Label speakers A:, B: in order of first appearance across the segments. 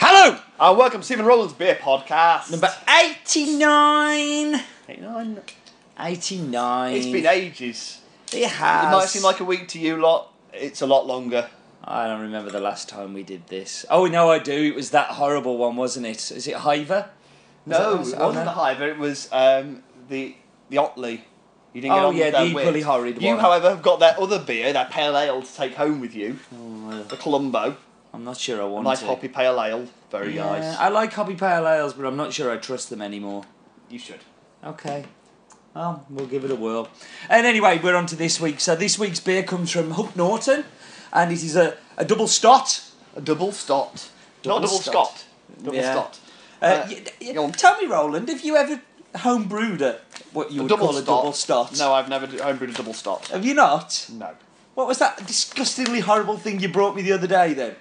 A: Uh, welcome to Stephen Rowland's Beer Podcast.
B: Number 89!
A: 89.
B: 89.
A: It's been ages.
B: It has.
A: It might seem like a week to you lot. It's a lot longer.
B: I don't remember the last time we did this. Oh, no, I do. It was that horrible one, wasn't it? Is it Hiver? Was
A: No,
B: that- was-
A: it
B: oh,
A: wasn't
B: no.
A: the Hiver. It was um, the the Otley. You didn't get
B: Oh,
A: on
B: yeah,
A: with them
B: the
A: with.
B: equally horrid
A: You,
B: one.
A: however, have got that other beer, that pale ale, to take home with you.
B: Oh,
A: The Columbo,
B: I'm not sure I
A: a
B: want
A: nice
B: to.
A: hoppy pale ale, very
B: Yeah,
A: nice.
B: I like hoppy pale ales, but I'm not sure I trust them anymore.
A: you should.
B: Okay. Well, we'll give it a whirl. And anyway, we're on to this week. So this week's beer comes from Hook Norton, and it is a, a double stot.
A: A double stot,
B: Double
A: not double
B: stot.
A: Scott. Double
B: Yeah.
A: stot.
B: Uh,
A: Uh,
B: y- y-
A: go on.
B: tell me, Roland, have you ever home brewed a, what you would call a double stot?
A: No, I've never d- homebrewed a double stot.
B: Have you not?
A: No.
B: What was that disgustingly horrible thing you brought me the other day then?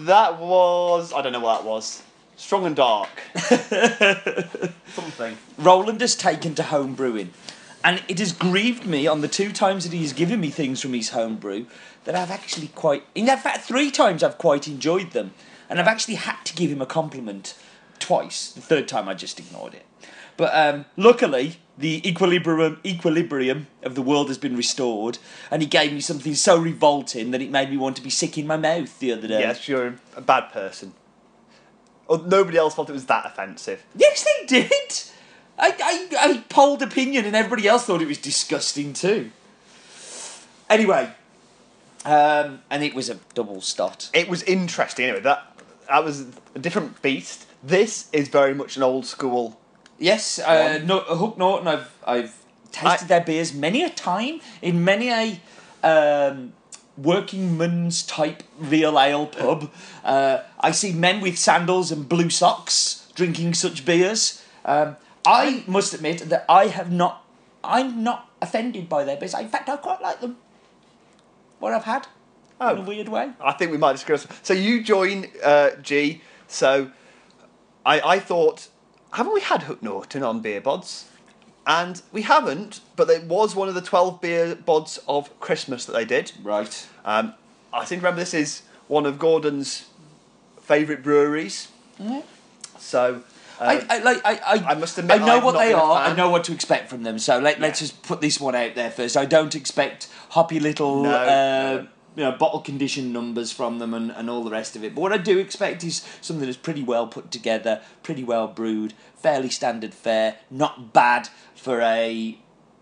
A: That was I don't know what that was. Strong and dark. Something.
B: Roland has taken to home brewing, and it has grieved me on the two times that he's given me things from his home brew that I've actually quite, in fact, three times I've quite enjoyed them, and I've actually had to give him a compliment twice. The third time I just ignored it. But um, luckily, the equilibrium equilibrium of the world has been restored, and he gave me something so revolting that it made me want to be sick in my mouth the other day.
A: Yes, you're a bad person. Oh, nobody else thought it was that offensive.
B: Yes, they did. I, I, I polled opinion, and everybody else thought it was disgusting too. Anyway, um, and it was a double stot.
A: It was interesting anyway. That that was a different beast. This is very much an old school.
B: Yes, uh, no, Hook Norton. I've I've tasted
A: I-
B: their beers many a time in many a um, working man's type real ale pub. Uh, I see men with sandals and blue socks drinking such beers. Um, I must admit that I have not. I'm not offended by their beers. In fact, I quite like them. What I've had, in a
A: Oh.
B: weird way.
A: I think we might discuss. So you join uh, G. So I I thought haven't we had Hook Norton on beer bods? And we haven't, but it was one of the twelve beer bods of Christmas that they did.
B: Right.
A: Um, I seem to remember this is one of Gordon's favourite breweries. So uh,
B: Mm-hmm. I, I like I, I,
A: I must admit
B: I know
A: I've
B: what
A: not
B: they
A: been a
B: are. I
A: fan.
B: know what to expect from them. So let, let's just put this one out there first. I don't expect hoppy little
A: No,
B: uh,
A: no.
B: you know bottle condition numbers from them and, and all the rest of it. But what I do expect is something that's pretty well put together, pretty well brewed, fairly standard fare, not bad for a you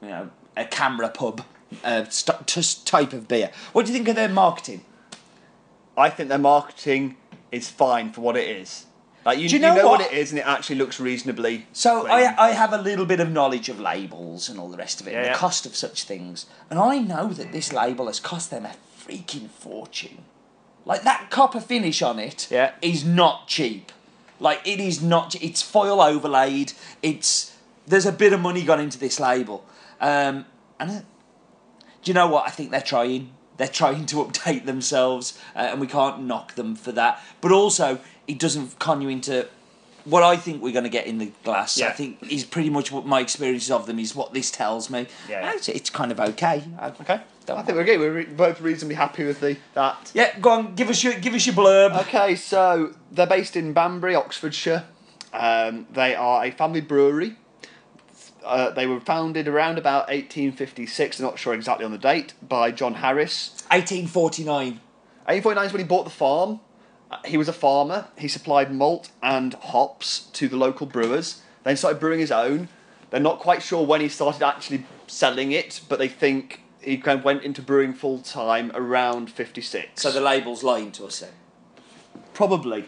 B: know a camera pub uh, st- t- type of beer. What do you think of their marketing?
A: I think their marketing is fine for what it is. Like you,
B: Do you
A: you
B: know
A: know, what?
B: what?
A: it is, and it actually looks reasonably.
B: So
A: plain.
B: I, uh, I have a little bit of knowledge of labels and all the rest of it, and
A: Yeah,
B: the
A: yeah.
B: cost of such things. And I know that this label has cost them a freaking fortune. Like that copper finish on it is
A: Yeah.
B: not cheap. Like it is not. It's foil overlaid. It's there's a bit of money gone into this label. Um, and uh, do you know what? I think they're trying. They're trying to update themselves, uh, and we can't knock them for that. But also, it doesn't con you into what I think we're going to get in the glass. I
A: Yeah.
B: think is pretty much what my experience of them is. What this tells me.
A: Yeah, yeah.
B: And It's, it's kind of okay. I-
A: okay.
B: Don't-
A: I think we're good. We're re- both reasonably happy with the that.
B: Yeah, go on. Give us your give us your blurb.
A: Okay, so they're based in Banbury, Oxfordshire. Um, they are a family brewery. Uh, they were founded around about 1856. I'm not sure exactly on the date by John Harris.
B: 1849.
A: 1849 is when he bought the farm. Uh, He was a farmer. He supplied malt and hops to the local brewers. Then started brewing his own. They're not quite sure when he started actually selling it, but they think he kind of went into brewing full time around 56.
B: So the label's lying to us then.
A: probably.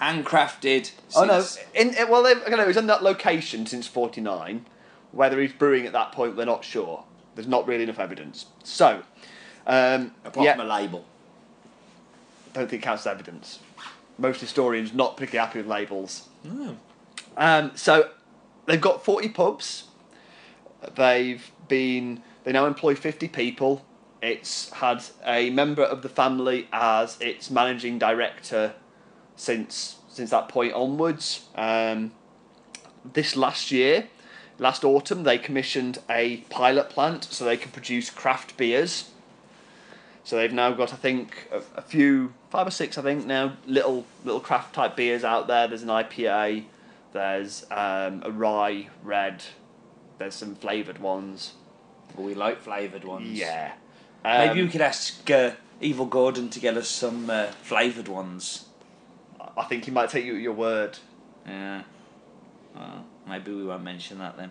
B: Handcrafted.
A: Oh no!
B: since-
A: In, in- well, they, I don't know. He's in that location since '49. Whether he's brewing at that point, we're not sure. There's not really enough evidence. So, um,
B: Apart
A: yeah,
B: from a label.
A: don't think counts as evidence. Most historians not particularly happy with labels. Um, so they've got 40 pubs. They've been, they now employ 50 people. It's had a member of the family as its managing director since since that point onwards. Um, this last year, last autumn, they commissioned a pilot plant so they can produce craft beers. So they've now got, I think, a, a few five or six, I think now. Little little craft type beers out there. There's an IPA. There's um, a rye red. There's some flavored ones.
B: we like flavoured ones.
A: Yeah.
B: Maybe
A: Um,
B: we could ask uh, Evil Gordon to get us some uh, flavoured ones.
A: I think he might take you at your word.
B: Yeah. Well, maybe we won't mention that then.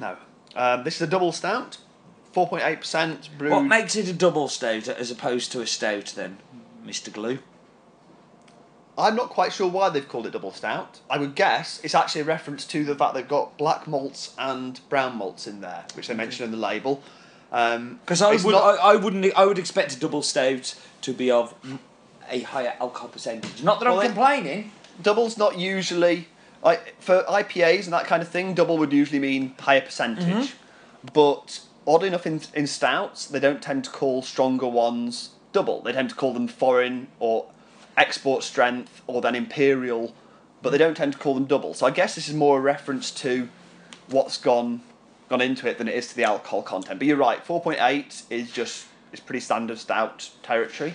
A: No. Um, this is a double stout, four point eight percent brewed.
B: What makes it a double stout as opposed to a stout then, Mr. Glue?
A: I'm not quite sure why they've called it double stout. I would guess it's actually a reference to the fact they've got black malts and brown malts in there, which they mention in the label. Because
B: Because I would, I, I wouldn't, I would expect a double stout to be of m- a higher alcohol percentage. Not that
A: Well,
B: I'm
A: it-
B: complaining.
A: double's not usually I, for IPAs and that kind of thing. Double would usually mean higher percentage,
B: Mm-hmm.
A: but oddly enough, in, in stouts they don't tend to call stronger ones double. They tend to call them foreign or export strength or then imperial, but they don't tend to call them double. So I guess this is more a reference to what's gone gone into it than it is to the alcohol content. But you're right, four point eight is just is pretty standard stout territory.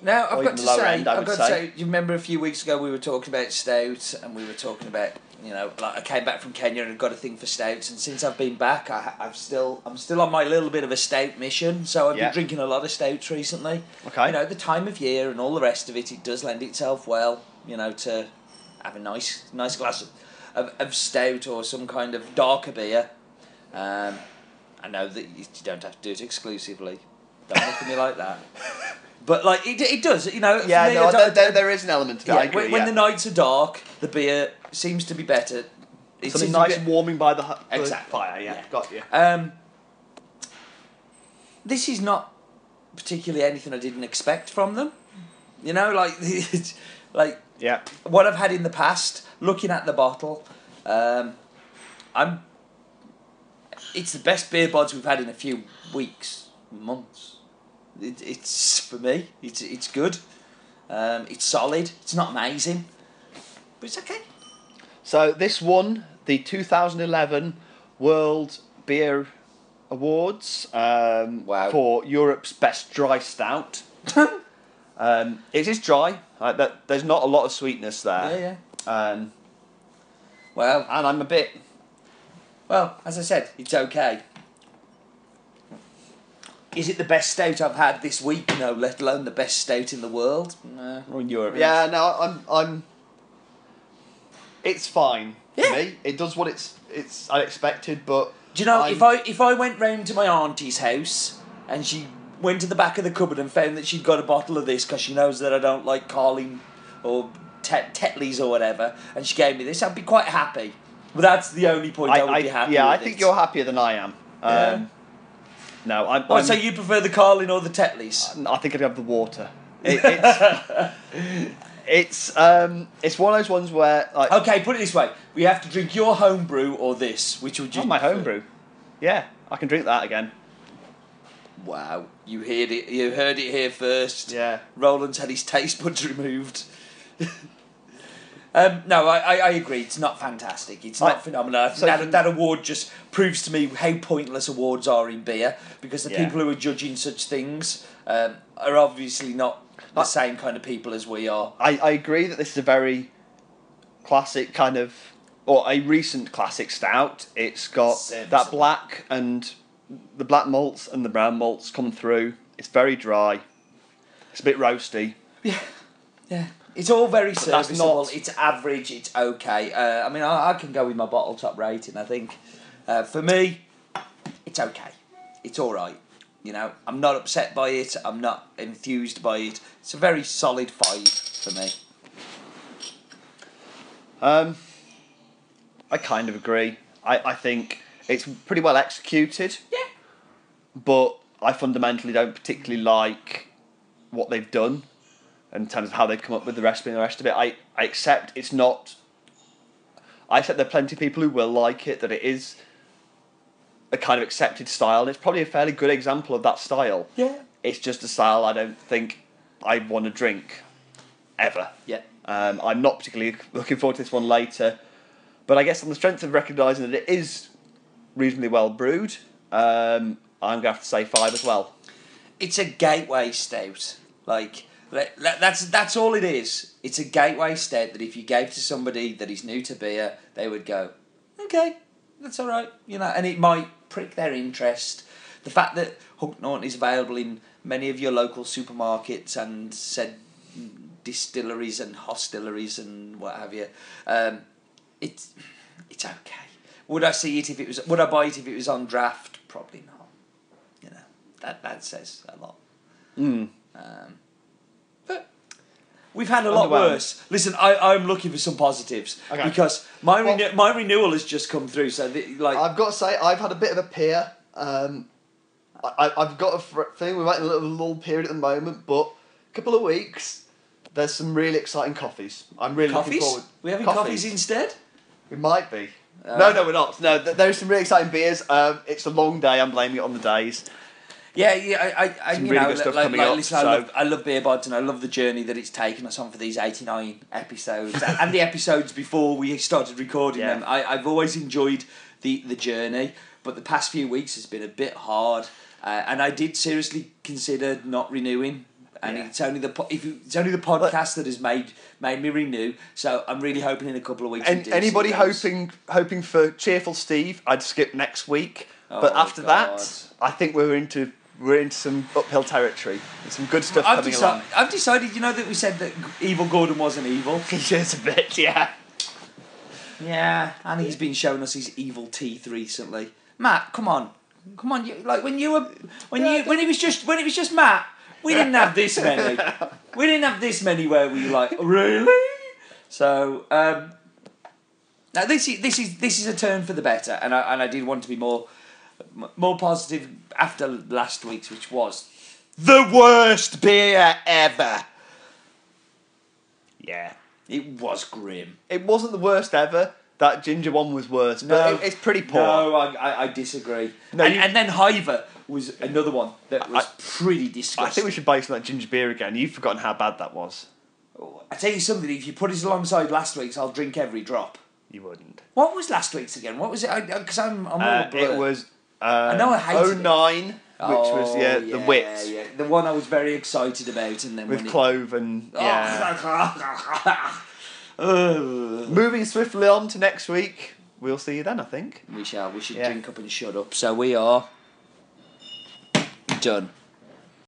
B: Now
A: Or
B: I've got
A: even
B: to
A: lower
B: say,
A: end, I
B: I've
A: would
B: got to
A: say.
B: say, you remember a few weeks ago we were talking about stouts and we were talking about, you know, like I came back from Kenya and got a thing for stouts, and since I've been back, I, ha- I've still, I'm still on my little bit of a stout mission. So I've
A: Yeah.
B: been drinking a lot of stouts recently.
A: Okay.
B: You know, the time of year and all the rest of it, it does lend itself well, you know, to have a nice, nice glass of, of, of stout or some kind of darker beer. Um, I know that you you don't have to do it exclusively. Don't look at me like that. But like it, it does, you know. for
A: Yeah,
B: me,
A: no,
B: I don't-
A: there, there- there is an element of it.
B: yeah,
A: I agree,
B: when, when
A: yeah.
B: the nights are dark, the beer seems to be better. It
A: Something
B: seems to
A: nice
B: be-
A: and warming by the, hu- the
B: Exactly,
A: fire. Yeah,
B: yeah.
A: got you.
B: Um, this is not particularly anything I didn't expect from them. You know, like it's- like
A: Yeah,
B: what I've had in the past. Looking at the bottle, um, I'm. It's the best beer bods we've had in a few weeks, months. It, it's for me. It's it's good. Um, it's solid. It's not amazing, but it's okay.
A: So this won the 2011 World Beer Awards um,
B: Wow.
A: for Europe's best dry stout. um, it is dry. Like that, there's not a lot of sweetness there.
B: yeah.
A: Um,
B: Well,
A: and I'm a bit.
B: well, as I said, it's okay. Is it the best stout I've had this week? No, let alone the best stout in the world. No.
A: Or in Europe. Yeah, no, I'm. I'm. It's fine
B: Yeah.
A: for me. It does what it's it's I expected, but
B: Do you know
A: I'm-
B: if I if I went round to my auntie's house and she went to the back of the cupboard and found that she'd got a bottle of this because she knows that I don't like Carling or Tet Tetley's or whatever, and she gave me this, I'd be quite happy. But that's the only point I, would be happy.
A: yeah,
B: with
A: I think
B: it.
A: you're happier than I am. Um,
B: Yeah.
A: No, I'm.
B: Oh,
A: I'm-
B: so you prefer the Carling or the Tetleys?
A: I think I'd have the water. It, it's it's um it's one of those ones where like
B: Okay, put it this way: we have to drink your homebrew or this. Which would you?
A: oh, my
B: prefer?
A: homebrew. Yeah, I can drink that again.
B: Wow, you heard it. You heard it here first.
A: Yeah.
B: Roland's had his taste buds removed. um, no, I, I, I agree. It's not fantastic. It's not
A: I-
B: phenomenal. I think
A: so you-
B: that, that award just proves to me how pointless awards are in beer because the
A: Yeah.
B: people who are judging such things um, are obviously not the
A: I-
B: same kind of people as we are.
A: I, I agree that this is a very classic kind of or a recent classic stout. It's got
B: Seven,
A: that
B: seven.
A: black and the black malts and the brown malts come through. It's very dry. It's a bit roasty.
B: Yeah, yeah. It's all very
A: that's
B: serviceable.
A: not-
B: It's average. It's okay. Uh, I mean, I, I can go with my bottle top rating. I think uh, for me, it's okay. It's all right. You know, I'm not upset by it. I'm not enthused by it. It's a very solid five for me.
A: Um, I kind of agree. I, I think it's pretty well executed.
B: Yeah.
A: but I fundamentally don't particularly like what they've done in terms of how they've come up with the recipe and the rest of it. I, I accept it's not. I accept there are plenty of people who will like it, that it is a kind of accepted style. It's probably a fairly good example of that style.
B: Yeah.
A: It's just a style I don't think I want to drink ever.
B: Yeah.
A: Um, I'm not particularly looking forward to this one later, but I guess on the strength of recognising that it is reasonably well brewed, um, I'm going to have to say five as well.
B: It's a gateway stout. Like That- that- That's that's all it is. It's a gateway stout that if you gave to somebody that is new to beer, they would go, okay, that's all right, you know, and it might prick their interest. The fact that Hook Norton is available in many of your local supermarkets and said distilleries and hostilleries and what have you, um, it's it's okay. Would I see it if it was? Would I buy it if it was on draft? Probably not. You know, that that says a lot.
A: Hmm.
B: Um, but we've had a lot
A: Underwhelmed.
B: worse. Listen, I, I'm looking for some positives
A: Okay.
B: because my
A: Well-
B: renew my renewal has just come through. So the, like,
A: I've got to say, I've had a bit of a peer. Um, I, I- I've got a fr- thing. We're at a little lull period at the moment, but a couple of weeks. There's some really exciting coffees. I'm really looking
B: coffees.
A: forward.
B: We're having coffees, instead.
A: We might be.
B: Uh,
A: no, no, we're not. No, th- there's some really exciting beers. Um, it's a long day. I'm blaming it on the days.
B: Yeah, yeah, I, I, I
A: Some
B: you
A: really
B: know,
A: good stuff
B: like,
A: coming
B: like,
A: up,
B: listen, I,
A: so-
B: love, I love Beer Bods and I love the journey that it's taken us on for these 89 episodes and the episodes before we started recording
A: Yeah.
B: them. I, I've always enjoyed the, the journey, but the past few weeks has been a bit hard, uh, and I did seriously consider not renewing. And
A: Yeah.
B: it's only the po- if you, it's only the podcast that has made made me renew. So I'm really hoping in a couple of weeks. we
A: And
B: do see
A: anybody
B: those.
A: hoping hoping for cheerful Steve, I'd skip next week. but
B: Oh,
A: after
B: God.
A: that, I think we're into we're into some uphill territory. There's some good stuff
B: I've,
A: coming
B: deci-
A: along.
B: I've decided. You know that we said that evil Gordon wasn't evil.
A: Just a bit, yeah.
B: Yeah, and he's been showing us his evil teeth recently. Matt, come on, come on! You, like when you were, when you, when it was just, when it was just Matt, we didn't have this many. we didn't have this many where we like really. So um, now this is this is this is a turn for the better, and I and I did want to be more m- more positive after last week's, which was the worst beer ever.
A: Yeah.
B: It was grim.
A: It wasn't the worst ever. That ginger one was worse, but
B: No.
A: it, it's pretty poor.
B: Um, No, I, I, I disagree.
A: No,
B: and,
A: you-
B: and then Hiver was another one that was
A: I-
B: pretty
A: I
B: disgusting.
A: think we should buy some of that ginger beer again. You've forgotten how bad that was.
B: I tell you something. If you put it alongside last week's, I'll drink every drop.
A: You wouldn't.
B: What was last week's again? What was it? Because I'm, I'm all
A: Uh,
B: a blur.
A: it was uh,
B: know I hated it.
A: 09, which was
B: Oh,
A: yeah, the wit
B: yeah. the one I was very excited about, and then
A: with
B: when it-
A: clove and
B: Oh,
A: yeah.
B: Ugh.
A: Moving swiftly on to next week. We'll see you then, I think.
B: we shall. We should
A: Yeah.
B: drink up and shut up. So we are done.